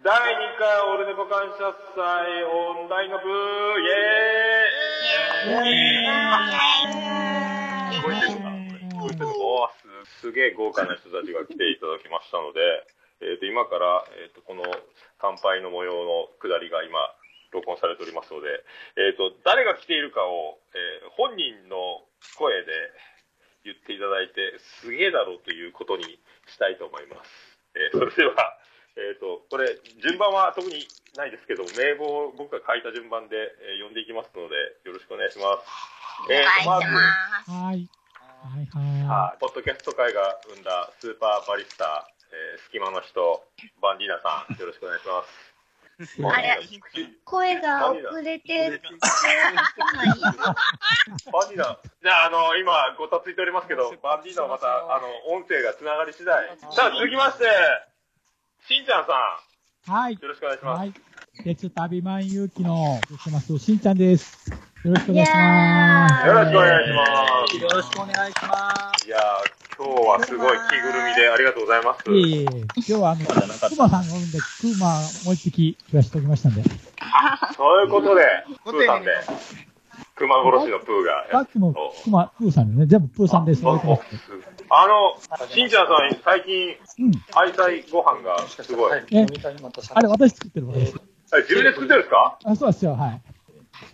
第2回オルネポ感謝祭オンラインの部、イェーイ聞こえてるかなこれ聞こえてるおーすすげえ豪華な人たちが来ていただきましたので、えー、と今から、えー、とこの乾杯の模様の下りが今、録音されておりますので、えー、と誰が来ているかを、えー本人の声で言っていただいて、すげえだろうということにしたいと思います。えー それでは、えー、とこれ、順番は特にないですけど、名簿を僕が書いた順番で、えー呼んでいきますので、よろしくお願いします。えー、とまず、す。はい。はいははい、ポッドキャスト界が生んだスーパーバリスタ、えー、隙間の人、バンディーナさん、よろしくお願いします。あれ声が遅れてる。はバンディーナ、じゃあ、あの、今、ごたついておりますけど、バンディーナはまた、あの、音声がつながり次第。さあ、続きまして、しんちゃんさん、い。はい。よろしくお願いします。はい。鉄旅マン勇気の、してます、しんちゃんです。よろしくお願いしいやよまろしくお願いします。よろしくお願いしまいやー、今日はすごい着ぐるみでありがとうございます。す。いえいえ、今日はあの、クマさんがおるんで、クマもう一匹増やしておきましたんで、そういうことで、プーさんで、熊殺しのプーがさやっっきもクマ、プーさんでね、全部プーさんです。あ覚えてますあの、しんちゃんさん、最近、うん。愛妻ご飯がすごい。す。ね飲み会にまた参加あれ、私作ってるわけです。あ自分で作ってるんですかあ、そうですよ、は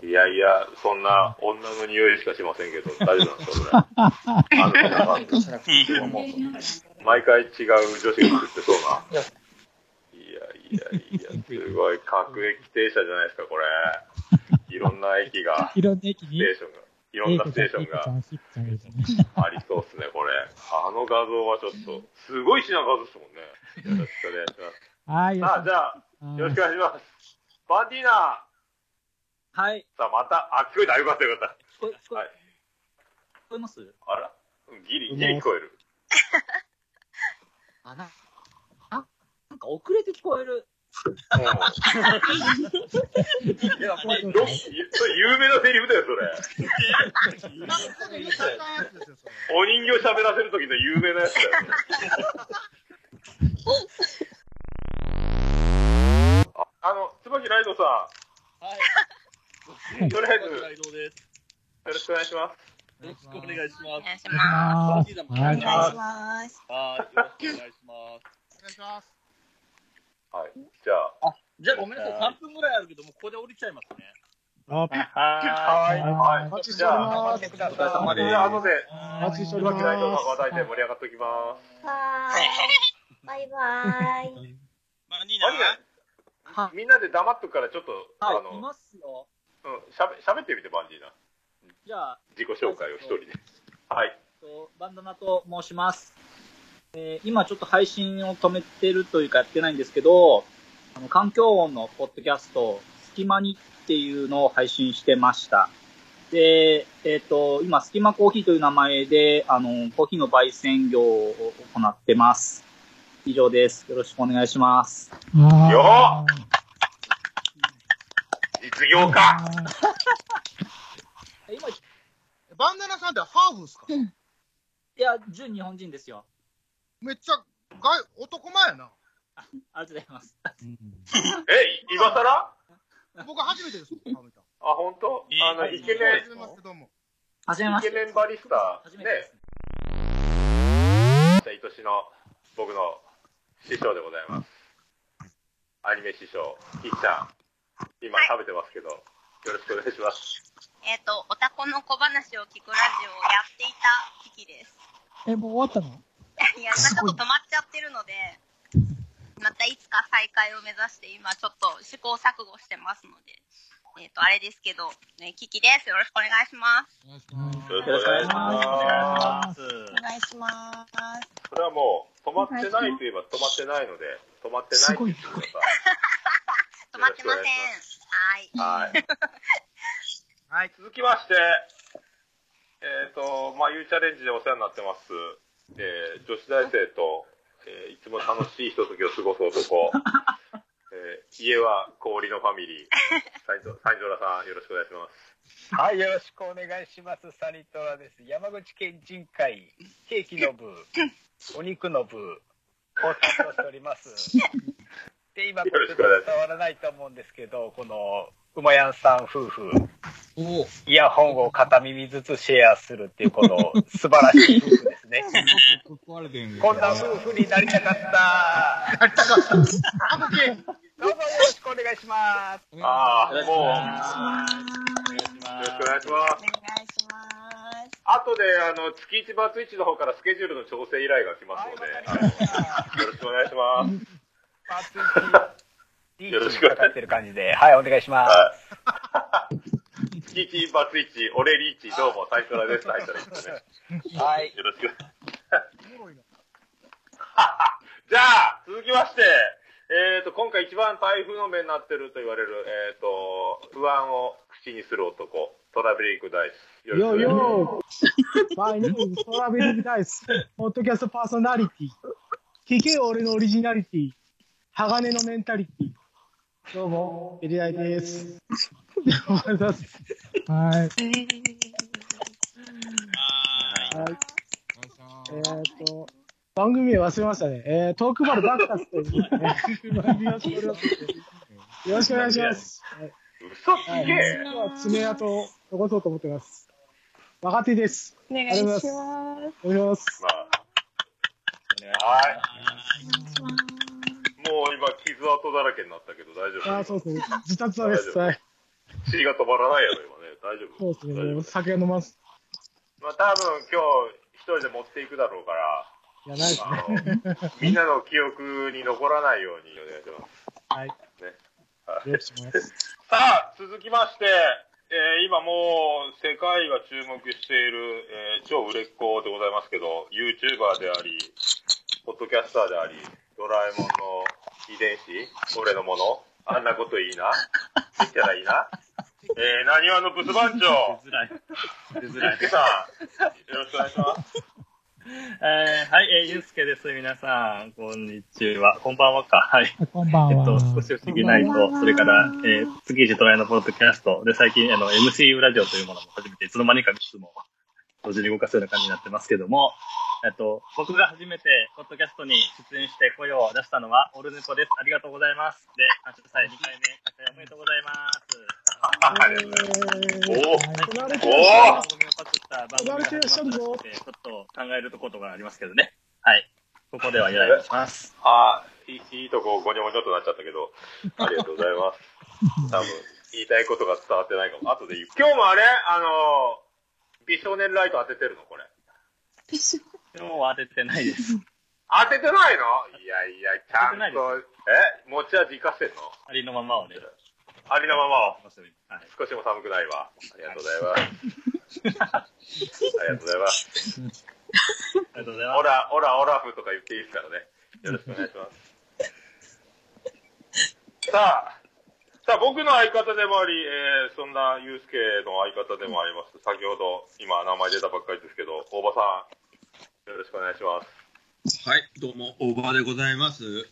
い。いやいや、そんな女の匂いしかしませんけど、大丈夫なんですか、それ。あのなんかしなくていいと思う毎回違う女子が作ってそういな。やいやいやいや、すごい、各駅停車じゃないですか、これ。いろんな駅が、いろんな駅スに、テーションが、いろんなステーションちゃがん、しっちゃんがいるんですよね。ありそうですね、これ。あの画像はちょっと、すごい品数ですもんね。よろしくお願いします。はい、さあ、じゃあ、よろしくお願いします。バンディーナはい。さあ、また、あ、聞こえた、よかった、よかっ聞こえ、聞こはいえ聞こえますた。あらギリ、ギリ聞こえる。あ、な、あ、なんか遅れて聞こえる。 うん いや、これ、どそれ有名なセリフだよ、それ。お人形喋らせる時の有名なやつだよ。ああの、椿ライドさはい。ん、とりあえず、北よ海道です。ろしくお願いしまよろしくお願いしまお願いしまあす。お願いしお願まいします。す。はい。よろしくお願いします。す。はい。じゃあ、じゃあごめんなさい。3分ぐらいあるけど、もうここで降りちゃいますね。はい。はい。待ちしじておりゃあ、ます。お疲れあ様で、です。後で、お待ちしております椿ライドの話題で盛り上がっておきます。はーい。バイバイ。マニマジはでみんなで黙っとくから、ちょっと、あの、い、いますよ。うん、しゃべ、しゃべってみて、バンジーな。じゃあ、自己紹介を一人で。はい。とバンダナと申します。えー今ちょっと配信を止めてるというかやってないんですけど、あの環境音のポッドキャスト、隙間にっていうのを配信してました。で、えっ、と、今、隙間コーヒーという名前で、あの、コーヒーの焙煎業を行ってます。以上です。よろしくお願いします。す。はいよ実業家え今、いバンダナさんってハーフですかや、純日本人ですよ。めっちゃ外男前やな。ありがとうございます。え、今更あ、僕初めてですもん。見た本当あの、イケメ初めましてどうも。はじめまン、イしてケ。メンバリスタ、初めてでねす、愛しの僕の師匠でございます。アニメ師匠、きっちゃん。今食べてますけど、よろしくお願いします。えっと、おたこの小話を聞くラジオをやっていたキキです。 え、もう終わったのいや、なんかもう止まっちゃってるので、またいつか再開を目指して、今ちょっと試行錯誤してますので、えっ、と、あれですけど、ね、キキです。よろしくお願いします。よろしくお願いします。す。お願いします。それはもう、止まってないといえば止まってないので、止まってないって言ってください。止まってません。よろしくお願いしはい。はい。はい。続きまして、えっ、と、まあ、ゆうチャレンジでお世話になってます、えー女子大生と、えーいつも楽しいひとときを過ごす 男、えー家は氷のファミリー、サイジョサイジョラさん、よろしくお願いします。はい、よろしくお願いします。サニトラです。山口県人会、ケーキの部、お肉の部、を担当しております。で、今、よころれ伝しくお願いしますわらないと思うんですけど、この、うまやんさん夫婦、おお。イヤホンを片耳ずつシェアするっていう、この、素晴らしい夫婦ですね。壊れてるんですこよんな夫婦になりたかった。あぶけどうぞよろしくお願いします。ああ、よろしくおもう、願いしよろしくお願いします。お願いします。後で、あの、月一バツイチの方からスケジュールの調整依頼が来ますので、 よろしくお願いします。パーツ1、リーチにかかってる感じで、はい、お願いします。はい。月一バツイチ、俺リーチ、どうも、サイトラです。入ったらいいですね。はい。よろしく。おもろいな じゃあ、続きまして、えっ、と、今回一番台風の目になってると言われる、えっ、と、不安を口にする男、トラベリングダイス。よよろしくお願いしますよバイネームトラベリングダイス、ポッドキャストパーソナリティ、聞けよ俺のオリジナリティ、鋼のメンタリティ、どうも、エリアイです。はい。はい。えっ、と、番組名忘れましたね。えー、トークバルバッカスという、 ね、番組をしておりますのでよろしくお願いします。はい嘘すげえ。今日は爪痕を残そうと思ってます。若手です。お願いします。お願いお願いします。まあ、はい。します。もう今、傷跡だらけになったけど大丈夫あーそうですね。自殺はです。はい。血が止まらないやろ、今ね。大丈夫。そうですね。大丈もう夫。酒飲ます。まあ、多分今日、一人で持っていくだろうから、いや、ないですあね。 の、みんなの記憶に残らないようにお願いします。はい。よろしくお願いします。さあ、続きまして、えー今もう、世界が注目している、えー超売れっ子でございますけど、YouTuber であり、ポッドキャスターであり、ドラえもんの遺伝子、俺のもの、あんなこといいな、できたらいいな、 えー、なにわのブス番長、出づらい。出づゆらういす。けさん、よろしくお願いします。えー、はい、えー、ゆうすけです。皆さん、こんにちは。こんばんはか。はい。こんばんえっは。と、少し不思議ないと、それから、えー、月一トライのポッドキャスト、で、最近、あの、MCU ラジオというものも始めて、いつの間にか3つも、同時に動かすような感じになってますけども、えっと、僕が初めて、ポッドキャストに出演して声を出したのは、オルネポです。ありがとうございます。で、感謝祭2回目、開催おめでとうございます。ありがとうございますおーおられておるー番組をパクった番組が始まったのでちょっと考えるところがありますけどね。はい。ここでは依頼をします。あーいいいいとこ、ごにょごにょっとなっちゃったけど、ありがとうございます。多分、言いたいことが伝わってないかも。後で言う。今日もあれあのー、美少年ライト当ててるのこれ。今日は当ててないです。当ててないのいやいや、ちゃ当ててんないでと、え持ち味活かしてんのありのままをね。ありのままを。はい。少しも寒くないわ。ありがとうございます。ありがとうございます。 ありがとうございオます。ラ、オラ、オラフとか言っていいですからね。よろしくお願いします。さあ、さあ、僕の相方でもあり、えー、そんなユうスケの相方でもあります。先ほど、今、名前出たばっかりですけど、大場さん、よろしくお願いします。はい、どうも、大場でございます。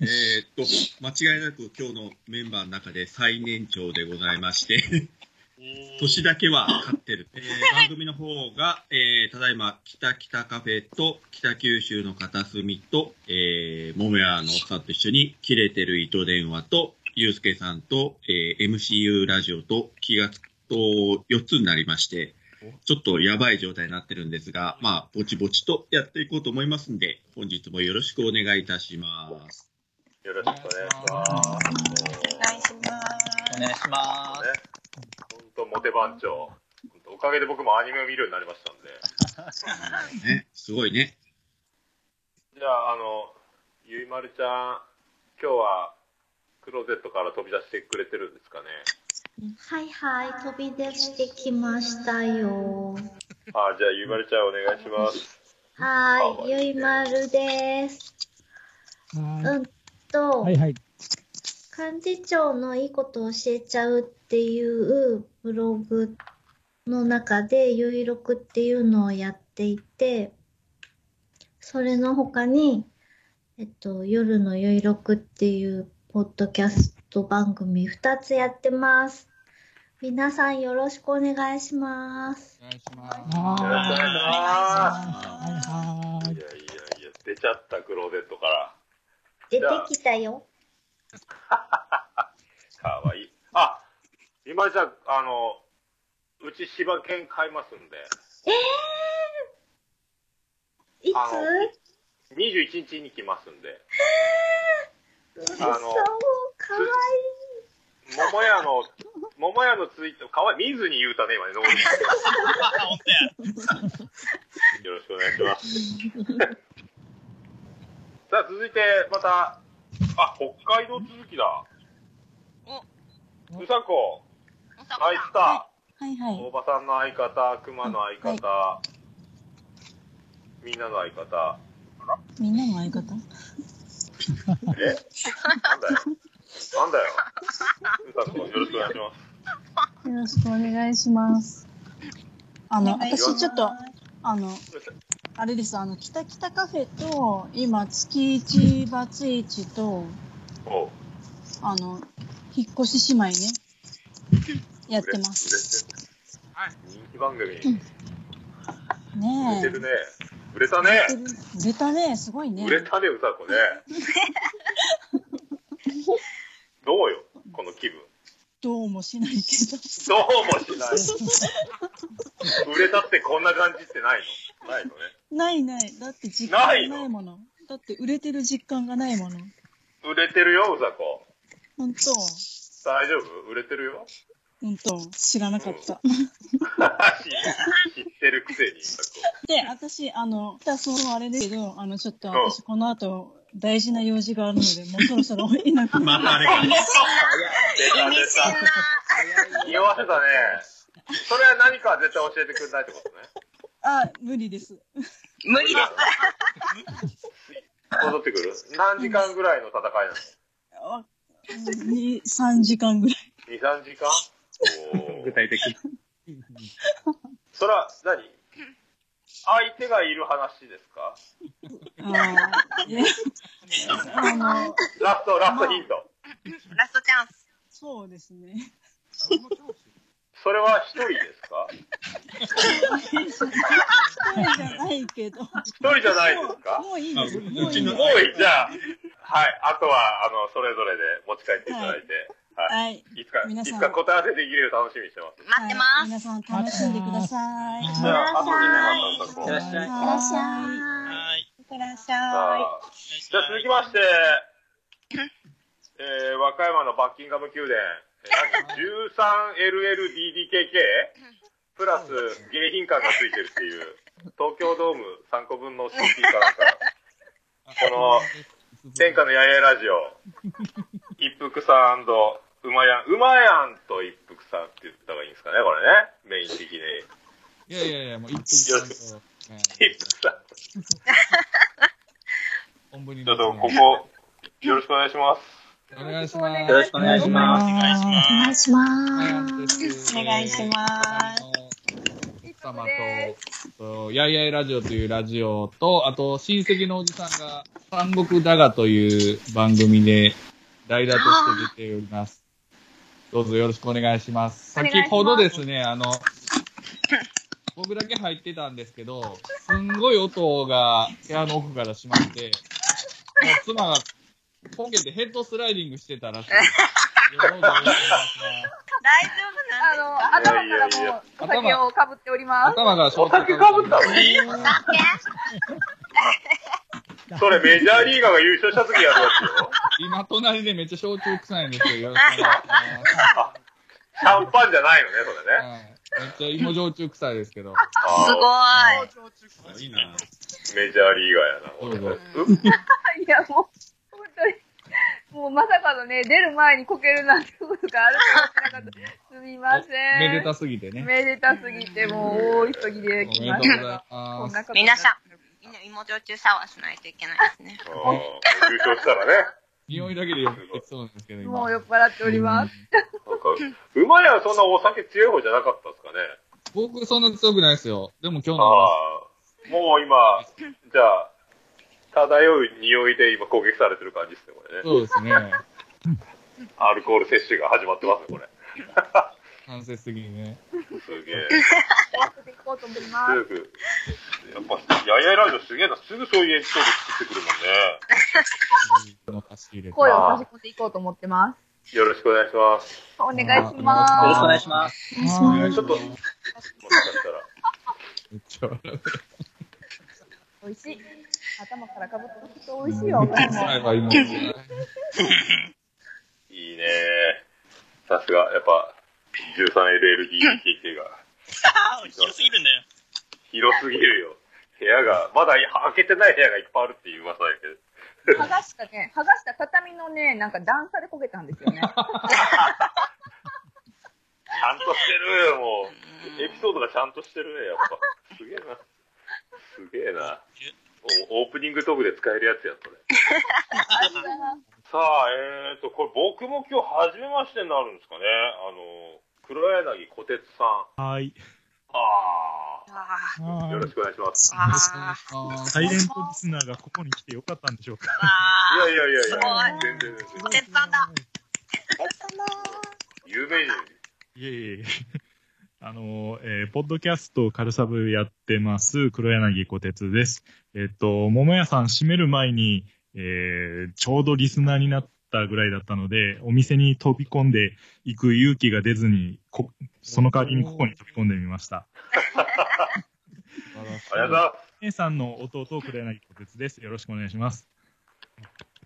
えーっと、間違いなく今日のメンバーの中で最年長でございまして、年だけは勝ってる。えー番組の方が、えーただいま、北北カフェと北九州の片隅と、えー、桃屋のおっさんと一緒に、切れてる糸電話と、ゆうすけさんと、えー MCU ラジオと、気がつくと4つになりまして、ちょっとやばい状態になってるんですが、まあ、ぼちぼちとやっていこうと思いますんで、本日もよろしくお願いいたします。よろしくお願いします。お願いします。お願いしまね。本当、モテ番長。ほんとおかげで僕もアニメを見るようになりましたんで。ね、すごいね。じゃあ、あの、ゆいまるちゃん、今日は、クローゼットから飛び出してくれてるんですかね。はいはい、飛び出してきましたよ。あ、じゃあ、ゆいまるちゃんお願いします。はーい、ゆいまるです。はうんと、いはい。幹事長のいいことを教えちゃうっていうブログの中で、ゆいろくっていうのをやっていて、それの他に、えっと、夜のゆいろくっていうポッドキャスト番組2つやってます。皆さんよろしくお願いします。お願いしまよろしくお願いしまはいはす。いやいやいや、出ちゃった、クローゼットから。出てきたよ。芝じゃ、あの、うち芝犬買いますんで、ええー、いつあの21日に来ますんで、嘘あかのわいい。桃屋の、桃屋のツイート、かわいい、見ずに言うたね、今ね、よろしくお願いします。さあ、続いて、また、あ、北海道続きだ。うさこ、あいつた、はいはい。大場さんの相方、熊の相方、みんなの相方、みんなの相方えなんだよ。なんだよ。うさこ、よろしくお願いします。よろしくお願いします。あの、お願いします私ちょっと、あの、あれです、あの、きたきたカフェと、今、月一、バツイチと、おうあの、引っ越し姉妹ね、やって ます。す。人気番組、売れねてえ。るね。売れたね。売れたね、すごいね売。れたね、うさこね。どうよ、この気分。どうもしないけど。どうもしない。売れたってこんな感じってないのないのね。ないない。だって実感ないがのないもの。だって売れてる実感がないもの。売れてるよ、うさこ。ほんと、大丈夫売れてるよ。ほんと、知らなかった。知ってるくせに、うさこ。で、私、あの、たそのあれですけど、あの、ちょっとうん私この後、大事な用事があるので、もうそろそろいなくなる。またあれか意味出た出た。匂わせたね。それは何か絶対教えてくれないってことね。あ、無理です。無理だ。戻ってくる何時間ぐらいの戦いなのあ2、3時間ぐらい。二三時間具体的。それは何相手がいる話ですかあーいやあの、ラスト、ラストヒント。ラストチャンス。そうですね。それは一人ですかそうじゃないけど。一人じゃないですかもういいです。もういい。じゃあ、はい。あとは、あの、それぞれで持ち帰っていただいて、ははい。い。いつか、皆いさんつか答え合わせできるよう楽しみにしてます。待ってます。皆さん楽しんでください。じゃあ、後でね、またこいう。じらっしゃい。いってらっしゃゃい。あ、じゃあ続きまして、えー、和歌山のバッキンガム宮殿、えー、13LLDDKK? プラス迎賓館がついてるっていう、東京ドーム3個分の CP かなんか、この、天下のややラジオ、一服さんうまやん、うまやんと一服さんって言った方がいいんですかね、これね。メイン的に。いやいやいや、もう一服さんと、一服さん。おんぶにちょっとここ、よろしくお願いします。お願いします。よろしくお願いしますお願いしお願いしまますす。お願いします。奥様と、やいやいラジオというラジオと、あと、親戚のおじさんが、三国だがという番組で、代打として出ております。どうぞよろしくお願いします。お願いし先ますほどですね、あの、僕だけ入ってたんですけど、すんごい音が部屋の奥からしまって、もう妻がポケでヘッドスライディングしてたらしいです。大丈夫なんですかあの、頭からもうお酒をかぶっております。頭がお酒かぶったのそれメジャーリーガーが優勝した時やるやつよ。今、隣でめっちゃ焼酎臭いんですよ。よろしくお願いしますシャンパンじゃないのね、それね。めっちゃ芋焼酎臭いですけど。すごい。いいな。メジャーリーガーやな、俺。うっいや、もう、本当に、もうまさかのね、出る前にこけるなんてことがあると思ってなかった。すみませめん。でたすぎてね。めでたすぎて、もう大急ぎで来まおめでとうござしいた。まこんなことにな皆っさん、みんな芋焼酎シャワーしないといけないですね。優勝したらね。匂いだけでよくできそうなんですけど、 も今う。酔っ払っております。うまいはそんなお酒強い方じゃなかったですかね。僕、そんな強くないですよ。でも今日あの、あ。もう今、じゃあ、漂う匂いで今攻撃されてる感じですね、これね。そうですね。アルコール摂取が始まってますね、これ。間接的にね。すげえ。終わっていこうと思いますすぐ。やっぱ、やいやいラジオすげえな。すぐそういうエピソード作ってくるもんね。の差し入れて声を差し込んでいこうと思ってます。よろしくお願いします。お願いします。よろしくお願いします。ちょっと、もしかしたら。美味しい。頭からかぶって人美味しいよ。頭もいいねさすが、やっぱ、13LLDKK が。広すぎるんだよ。広すぎるよ。部屋が、まだ開けてない部屋がいっぱいあるっていう噂だけど。剥がしたね、剥がした畳のね、なんか段差で焦げたんですよね。ちゃんとしてるもう。エピソードがちゃんとしてるね、やっぱ。すげえな。すげえな。おオープニングトークで使えるやつや、これ。さあ、えーと、これ僕も今日初めましてになるんですかね。あの、黒柳小鉄さん。はい。ああ。よろしくお願いします。サイレントリスナーがここに来てよかったんでしょうか。いやいやいやいや、全然全然。鉄さんだ。有名人。いえいえ。 あの、えーポッドキャストカルサブやってます、黒柳小鉄です。えっ、と、桃屋さん閉める前に、えーちょうどリスナーになったぐらいだったので、お店に飛び込んでいく勇気が出ずに、こその代わりにここに飛び込んでみました。 ありがとうございます。姉さんの弟、黒柳小鉄です。よろしくお願いします。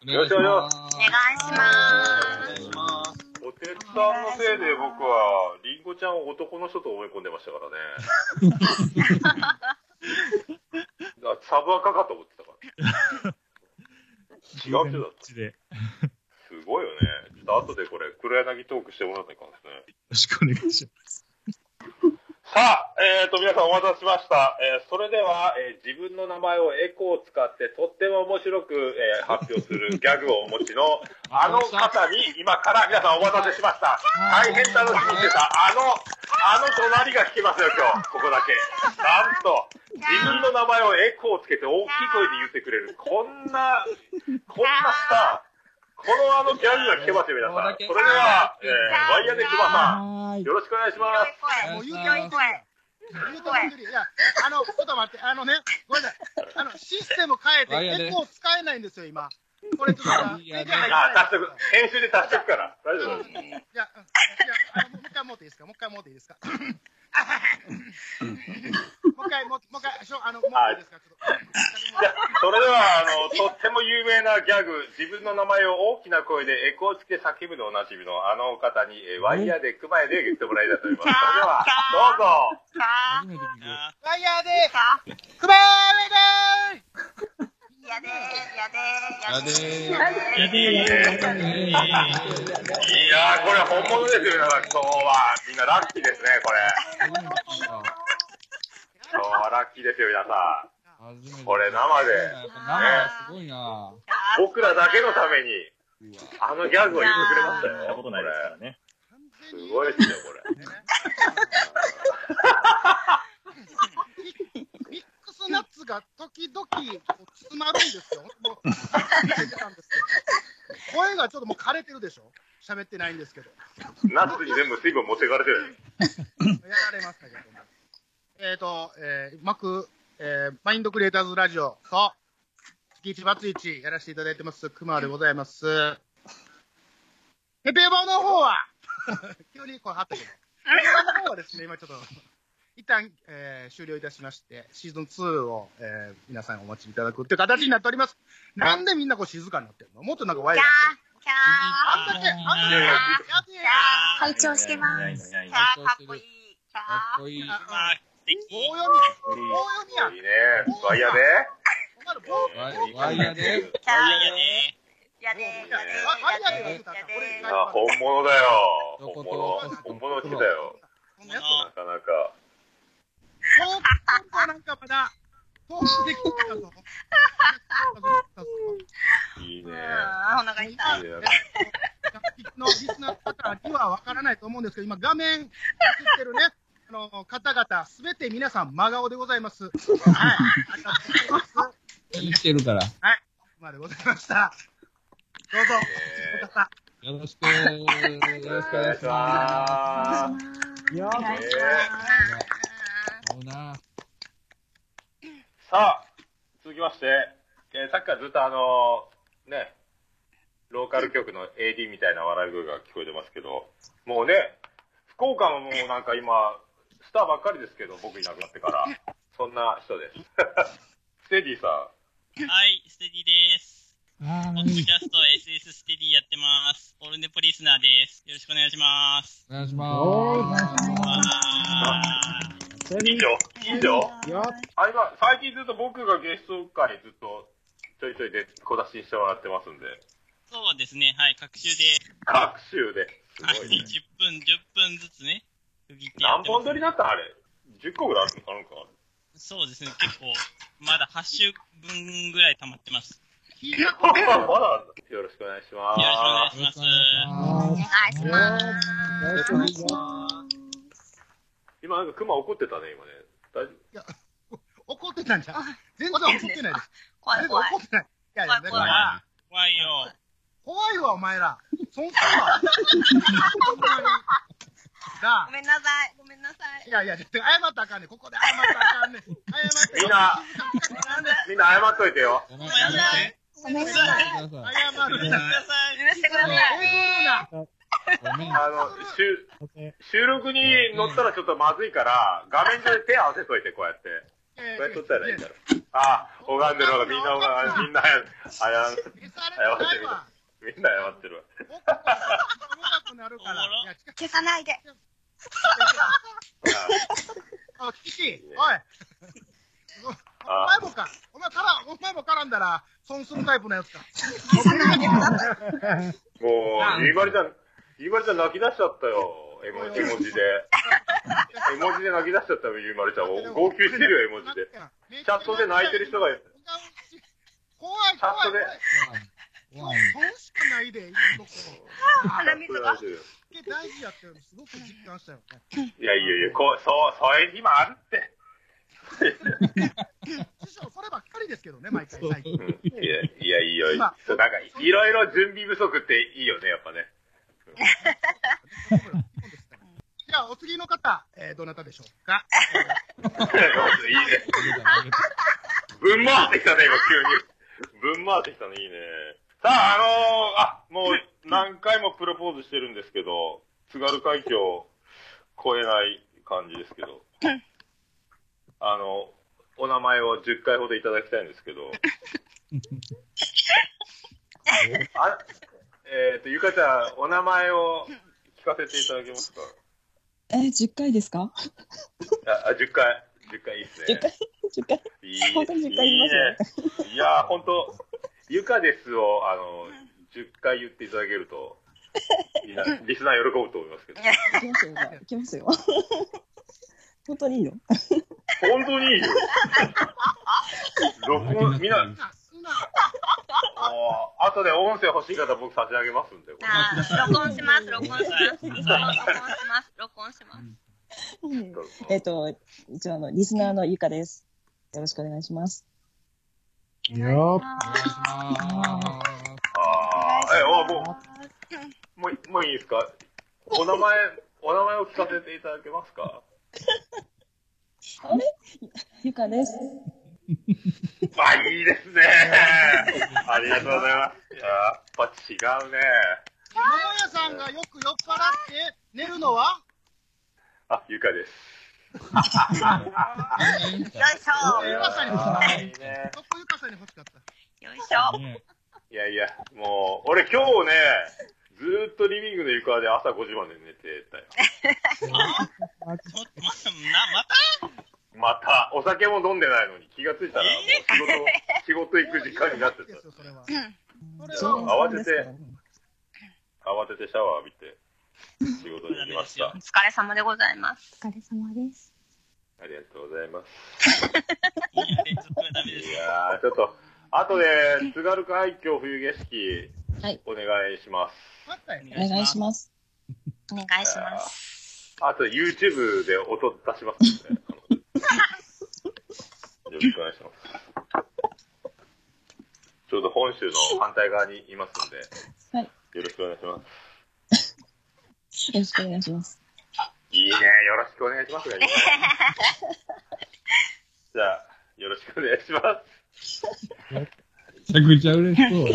よろしくお願いします。おてつさんのせいで僕は、りんごちゃんを男の人と思い込んでましたからね。あサブアカかと思ってたから。違う人だった。ですごいよね。ちょっと後でこれ、黒柳トークしてもらわないかんですね。ろしくお願いしさあ、えっ、と、皆さんお待たせしました。えーそれでは、えー自分の名前をエコーを使って、とっても面白く、えー発表す るギャグをお持ちの、あの方に、今から皆さんお待たせしました。大変楽しみにしてた、あの、あの隣が聞きますよ、今日、ここだけ。なんと、自分の名前をエコーをつけて大きい声で言ってくれる、こんな、こんなスター。このあのギャグが聞けますよ、皆さん。それでは、えー、ワイヤーで熊さん、よろしくお願いします。もう言うてもいい声。言うてもいい声いや、あの、ちょっと待って、あのね、ごめんなさい。あの、システム変ワイヤえーて、でエコー使えないんですよ、今。これちょっとさ、いや、いや、あ、足しとく。編集で足しとくから。大丈夫です。いやあのもう一回持っていいですかもう一回持ってい いですかもう一回、もうもう一回、しょあの、もう一回いいですかじゃあそれでは、あの、とっても有名なギャグ、自分の名前を大きな声でエコーつけ叫ぶでおなじみのあの方に、えーワイヤーで熊へで言ってもらいたいと思います。それでは、どうぞ。ワイヤーで、くばーめやでややででーやでーいやー、これ本物ですよ、皆さん。今日は、みんなラッキーですね、これ。今日はラッキーですよ、皆さん。これ生で。ねすごいな僕らだけのために、あのギャグを言ってくれましたよ。したことないですからね。すごいですよ、これ。ミックスナッツが時々こう詰まるんですよ。もう出てたんですけど声がちょっともう枯れてるでしょ喋ってないんですけど。ナッツに全部水分持っていかれてる。やられましたけども。えっ、と、えー、マク、えー、マインドクリエイターズラジオと、月一バツイチやらせていただいてます、クマでございます。ペペバの方は、 急にこれあったけど、ペペバの方はですね、今ちょっと、一旦、えー終了いたしまして、シーズン2を、えー皆さんお待ちいただくっていう形になっております。なんでみんなこう静かになってるのもっとなんかワイヤーあんだけ、あんだけ、拝聴してます。かっこいい。かっこいい。棒読み。棒読みやいいね。ワイヤーで。ワイヤーでやでやであ、本物だよ。本物。本物来たよ。なかなか。そう今度なんかまだ、投資できたぞ。いいね。あーお腹痛いいいねのリスナーの方にはわからないと思うんですけど、今画面映って るね、あの方々、すべて皆さん真顔でございます。はい。ありがとうございます。はい。聞いてるから。ここまでございました。どうぞ、お方。よろしく、よろしくお願いします。やばい。そうなさあ、続きまして、えーさっきからずっとあのね、ローカル局の AD みたいな笑い声が聞こえてますけど、もうね、福岡ももうなんか今、スターばっかりですけど、僕いなくなってから、そんな人です。 ステディさはい、ステディです。ポッドキャスト SS ステディやってます。オルネポリスナーです。よろしくお願いします。お願いしおーいます。ん、以上、以上。あ今、最近ずっと僕がゲスト会ずっとちょいちょいで小出しにしてもらってますんで、そうですね、はい、各週で各週で。すごいね。 10分、10分ずつね。何本撮りだったあれ ?10 個ぐらいあるのかなんか。そうですね、結構、まだ8週分ぐらい溜まってます。まだあるんだよろしくお願いします。よろしくお願いします。願いします。よろしくお願いします。今なんか熊怒ってたね、今ね。大丈夫怒ってたんじゃん。全然怒ってないです。怖い怖い全然怒ってない。いやいや、だか怖いら、怖いよ。怖いわ、お前ら。損する わ。本当になあご。めんなさい、ごめんなさ い。いやいや、謝ったらあかんねんここで謝ったらあかんねん謝って。みんな、みんな謝っといてよ。ごめんなさい。謝る。許してください。あの、しゅ収録に乗ったらちょっとまずいから、画面上で手合わせといて、こうやって。こうやって撮ったらいいんだろ。ああ、拝んでるわ、みんな拝んみんな、あや、あや、謝ってる。みんな謝ってるわ。消さないで。あ、岸、おい。お前もか。お前から、お前も絡んだら、損するタイプのやつか。もう、ゆいばりちゃん、ゆいばりちゃん泣き出しちゃったよ。絵文字絵文字で。絵文字で泣き出しちゃったよ、ゆいばりちゃん。もう号泣してるよ、絵文字で。チャットで泣いてる人がいる。怖い、チャッ怖いト。で。今日損しかないで、鼻水が。大事やったよ。すごく実感したよね。いやいやいや、こう、そう、そういう日もあるって。師匠、そればっかりですけどね、毎回。最近いや、いや、いいよ。そうなんか、いろいろ準備不足っていいよね、やっぱね。じゃあ、お次の方、えーどなたでしょうか。いいね。ぶん回ってきたね、今、急に。ぶん回ってきたね、いいね。さあ、あのーあ、もう、何回もプロポーズしてるんですけど、津軽海峡を越えない感じですけど、あの、お名前を10回ほどいただきたいんですけど、あえっ、と、ゆかちゃん、お名前を聞かせていただけますかえー、10回ですかあ、あ10回。10回いいっすね。 ?10 回 ?10 回いい本当に10回言いますね。いいねいやー、本当ゆかですを、あの、10回言っていただけると、みんなリスナー喜ぶと思いますけど。いきますよ、じゃあいきますよ。本当にいいの本当にいいよ。録音、みんな、あとで音声欲しい方僕差し上げますんで。あー録音します、録音します。録音します、録音します。 えっと、一応あの、リスナーのゆかです。よろしくお願いします。よあー、え、おもう、もう、もういいですかお名前、お名前を聞かせていただけますかあれゆかです。まあ、いいですね。ありがとうございます。やっぱ違うね。桃屋さんがよく酔っ払って寝るのはあ、ゆかです。よいしょ。ゆかさんに欲しかった。そこゆかさんに欲しかった。よいしょ。いやいや、もう、俺今日ね、ずーっとリビングの床で朝5時まで寝てたよ。また、お酒も飲んでないのに気がついたら、もう仕事、仕事行く時間になってた。慌てて、慌ててシャワー浴びて、仕事に行きました。お疲れ様でございます。お疲れ様です。ありがとうございます。いやー、ちょっと、あとで、津軽海峡冬景色、お願いします。お願いします。お願いします。あと YouTube で音出しますので、あのよろしくお願いします。ちょうど本州の反対側にいますんで、はい。よよろしくお願いします。ろしくお願いします。いいね、よろしくお願いします がいいね。じゃあ、よろしくお願いします。ちゃくちゃ嬉しそう。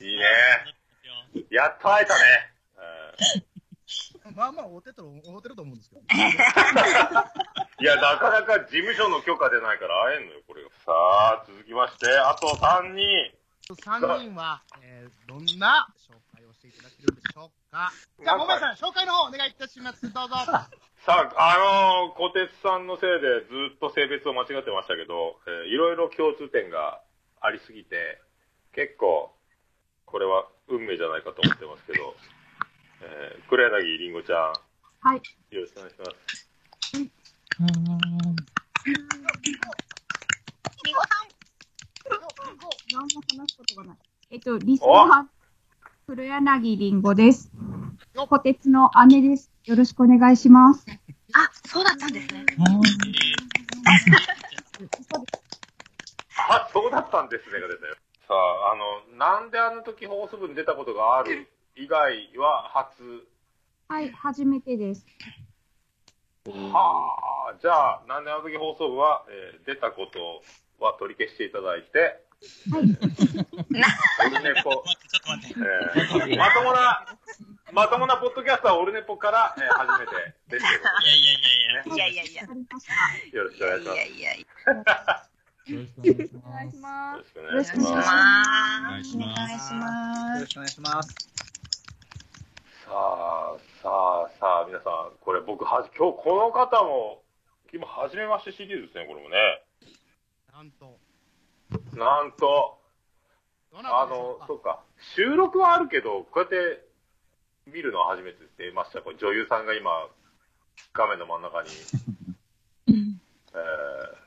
いいね。やっと会えたね。まあまあ、おてと、おてると思うんですけど。いや、なかなか事務所の許可出ないから会えんのよ、これが。さあ、続きまして、あと3人。 3人は、えー、どんな紹介をしていただけるんでしょうか。じゃあ、もめさん、紹介の方お願いいたします。どうぞ。さあ、あのー、小鉄さんのせいでずっと性別を間違ってましたけど、えーいろいろ共通点がありすぎて、結構、これは運命じゃないかと思ってますけど、えー、黒柳りんごちゃはん、い。よろしくお願いします。りんごさん。りんご、何も話すことがない。えっと、リスナーは、黒柳りんごです。小鉄の姉です。よろしくお願いします。あ、そうだったんですね。あ、そうだったんですねが出たよ。さあ、あの、なんであの時放送部に出たことがある以外は初。はい、初めてです。はあ、じゃあ、なんであの時放送部は、えー出たことは取り消していただいて、オルネポ、えーまともな、まともなポッドキャスターオルネポから、えー初めて出ていやいやいや。るよろしくお願いします。。いやいや。お願いしますよろしくお願いしお願いします。よろしくお願いします。さあ、さあ、さあ、皆さん、これ僕は、今日この方も、今、初めましてシリーズですね、これもね。なんと、なんと、あの、そうか、収録はあるけど、こうやって見るのは初めて出ました。これ女優さんが今、画面の真ん中に、えー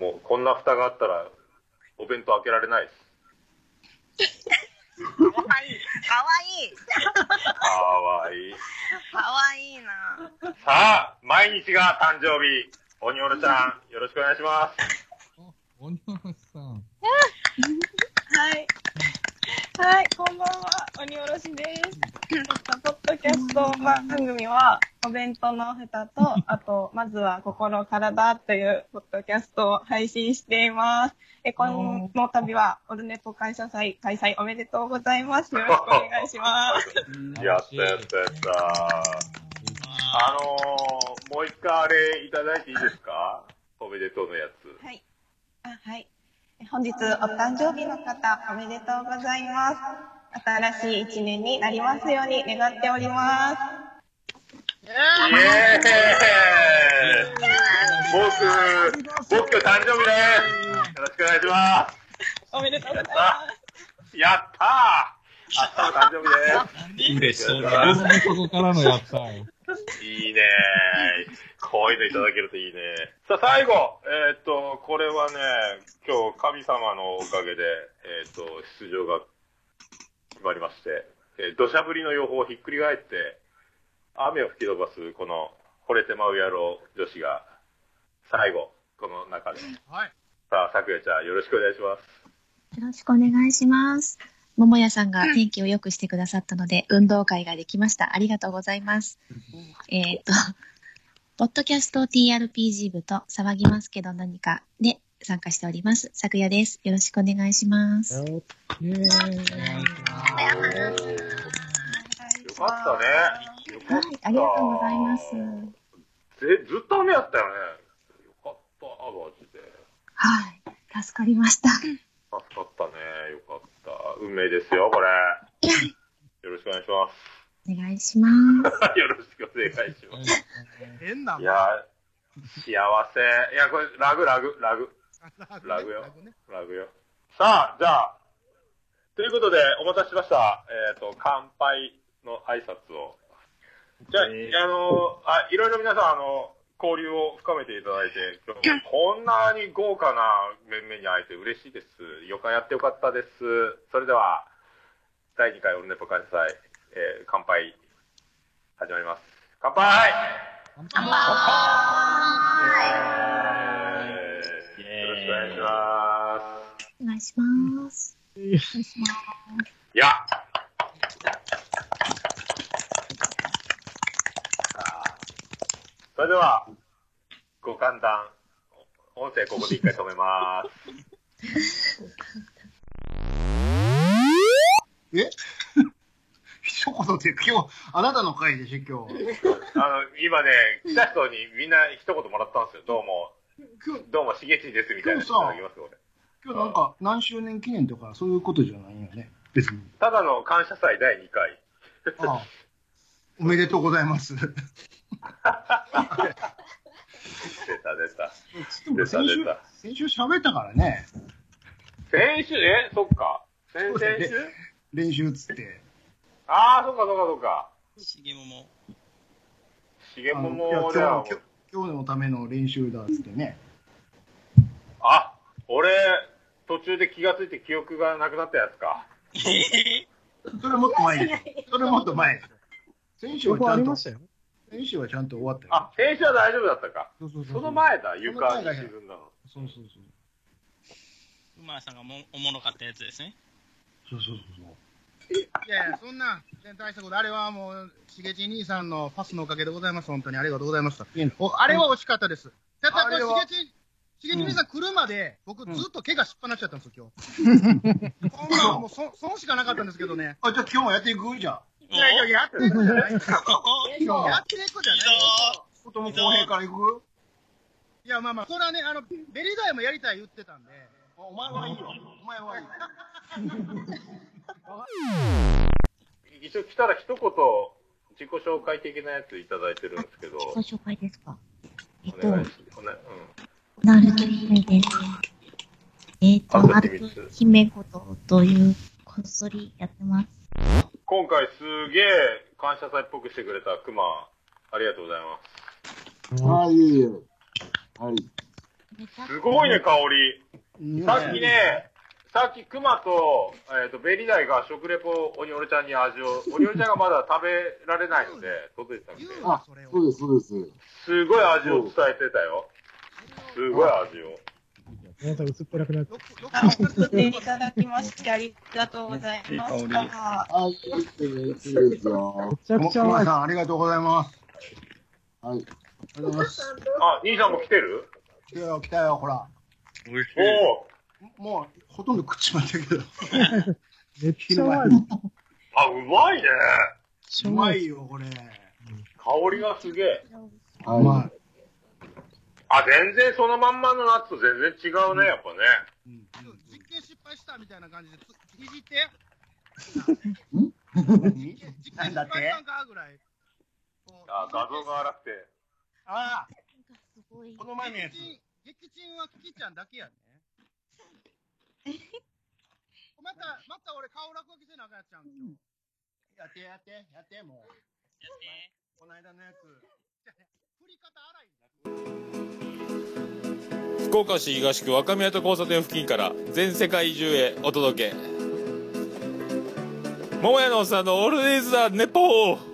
もうこんな蓋があったら、お弁当開けられないです。かわいい。かわいい。かわいい。かわいいな。さあ、毎日が誕生日、鬼おろちゃん、よろしくお願いします。鬼越さん。はい。はい、こんばんは、鬼おろしです。ポッドキャスト番組は、お弁当の蓋と、あと、まずは心体というポッドキャストを配信しています。え、この度は、オルネポ感謝祭開催おめでとうございます。よろしくお願いします。やったやったやった。あのー、もう一回あれいただいていいですかおめでとうのやつ。はい。あ、はい。本日お誕生日の方、おめでとうございます。新しい一年になりますように願っております。イエーイ僕、僕今日誕生日ですよろしくお願いしますおめでとうございますやったー明日の誕生日です嬉しそうだな。そこからのやったんよ。いいねー。こういうのいただけるといいね。さあ、最後、えーっと、これはね、今日神様のおかげで、えーっと、出場が決まりまして、えー土砂降りの予報をひっくり返って、雨を吹き飛ばす、この、惚れてまう野郎女子が、最後、この中で。はい。さあ、さくやちゃん、よろしくお願いします。よろしくお願いします。桃屋さんが天気を良くしてくださったので、運動会ができました。ありがとうございます。えっと、ポッドキャスト TRPG 部と騒ぎますけど何かで参加しております。昨夜です。よろしくお願いします。よかったね。よかった。ありがとうございます。ぜずっと雨だったよね。よかった、マジで。はい。助かりました。助かったね。よかった。運命ですよ、これ。よろしくお願いしまお願いします。す。 よろしくお願いします。変ないやー、幸せ。いや、これ、ラグ、ラグ、ラグ。ラグよ。ラグよ。さあ、じゃあ、ということで、お待たせしました。えっ、と、乾杯の挨拶を。じゃあ、あのあ、いろいろ皆さん、あの、交流を深めていただいて、今日こんなに豪華な面々に会えて嬉しいです。予感やってよかったです。それでは、第2回オルネポ開催、えー乾杯、始まります。乾杯えーよろしくお願いします。お願いします。お願いします。いや。それでは、ご歓談、音声ここで一回止めます。え 一言で、今日、あなたの回でしょ、今日。あの、今ね、来た人にみんな一言もらったんですよ。どうも、どうも、しげちですみたいなのいただきますよ、俺今日なんか、何周年記念とか、そういうことじゃないよね。別に。ただの感謝祭第2回。ああおめでとうござ います。出た出た。出た出た。先週喋ったからね。先週、え、そっか。先々週練習っつって。ああ、そっかそっかそっか。しげもも。しげあものいやも今日では今日今日のための練習だっつってね。あ、俺、途中で気がついて記憶がなくなったやつか。それもっと前です。それもっと前です。先週はちゃんと、たよ。先週はちゃんと終わったよ。あ、先週は大丈夫だったか。そうそうそうその前だ、床そのに前だ沈んだの。そうそうそう。馬さんがもおもろかったやつですね。そうそうそう。いやいや、そんな、全然大したこと、あれはもう、しげち兄さんのパスのおかげでございます。本当にありがとうございました。おあれは惜しかったです。だって、これしげち、しげち兄さん来るまで、僕ずっと怪我しっぱなしちゃったんですよ、今日。こんなんもう損、損しかなかったんですけどね。あ、じゃあ今日もやっていくじゃいやいや、やっていくじゃないですか。今日やっていくじゃないですか。とも公平からいくいや、まあまあ、それはね、あの、ベリーダイもやりたい言ってたんで。お前はいいよ。お前はいい。一応来たら一言、自己紹介的なやついただいてるんですけど。ご紹介ですか。えっお願いとし、おねナルト姫です。えっと、あとナルト姫ことという、こっそりやってます。うん今回すげえ感謝祭っぽくしてくれたクマ、ありがとうございまはい、いえいえ。はい。す。すごいね、香り。いさっきね、さっきクマと、えっ、と、ベリダイが食レポ、オニオルちゃんに味 を、オニオルちゃんがまだ食べられないので、届いてたんで、あ、そうです、そうです。すごい味を伝えてたよ。すごい味を。皆さん薄っぺらくなっちゃ送っていただきましてありがとうございます。いいああ、いいですよ。めちゃくちゃうまいさん、ありがとうございます。はい。ありがとうございます。あ、兄さんも来てる来たよ、来たよ、ほら。おいしい。もう、ほとんど食っちまったけど。めっちゃうまい。あ、うまいね。うまいよ、これ。香りがすげえ。うまい。あ、全然そのまんまのナッツと全然違うね、やっぱね。実験失敗したみたいな感じで、ついじって。実験失敗したんかぐらい。あ、画像が荒くて。ああ。この前のやつ。撃沈はキキちゃんだけやね。また、また俺顔落書きせなあかんやっちゃうん今日。やってやって、やってもう。やって。この間のやつ。福岡市東区若宮と交差点付近から全世界中へお届け桃屋のおっさんのオールディーズ・ザ・ネポー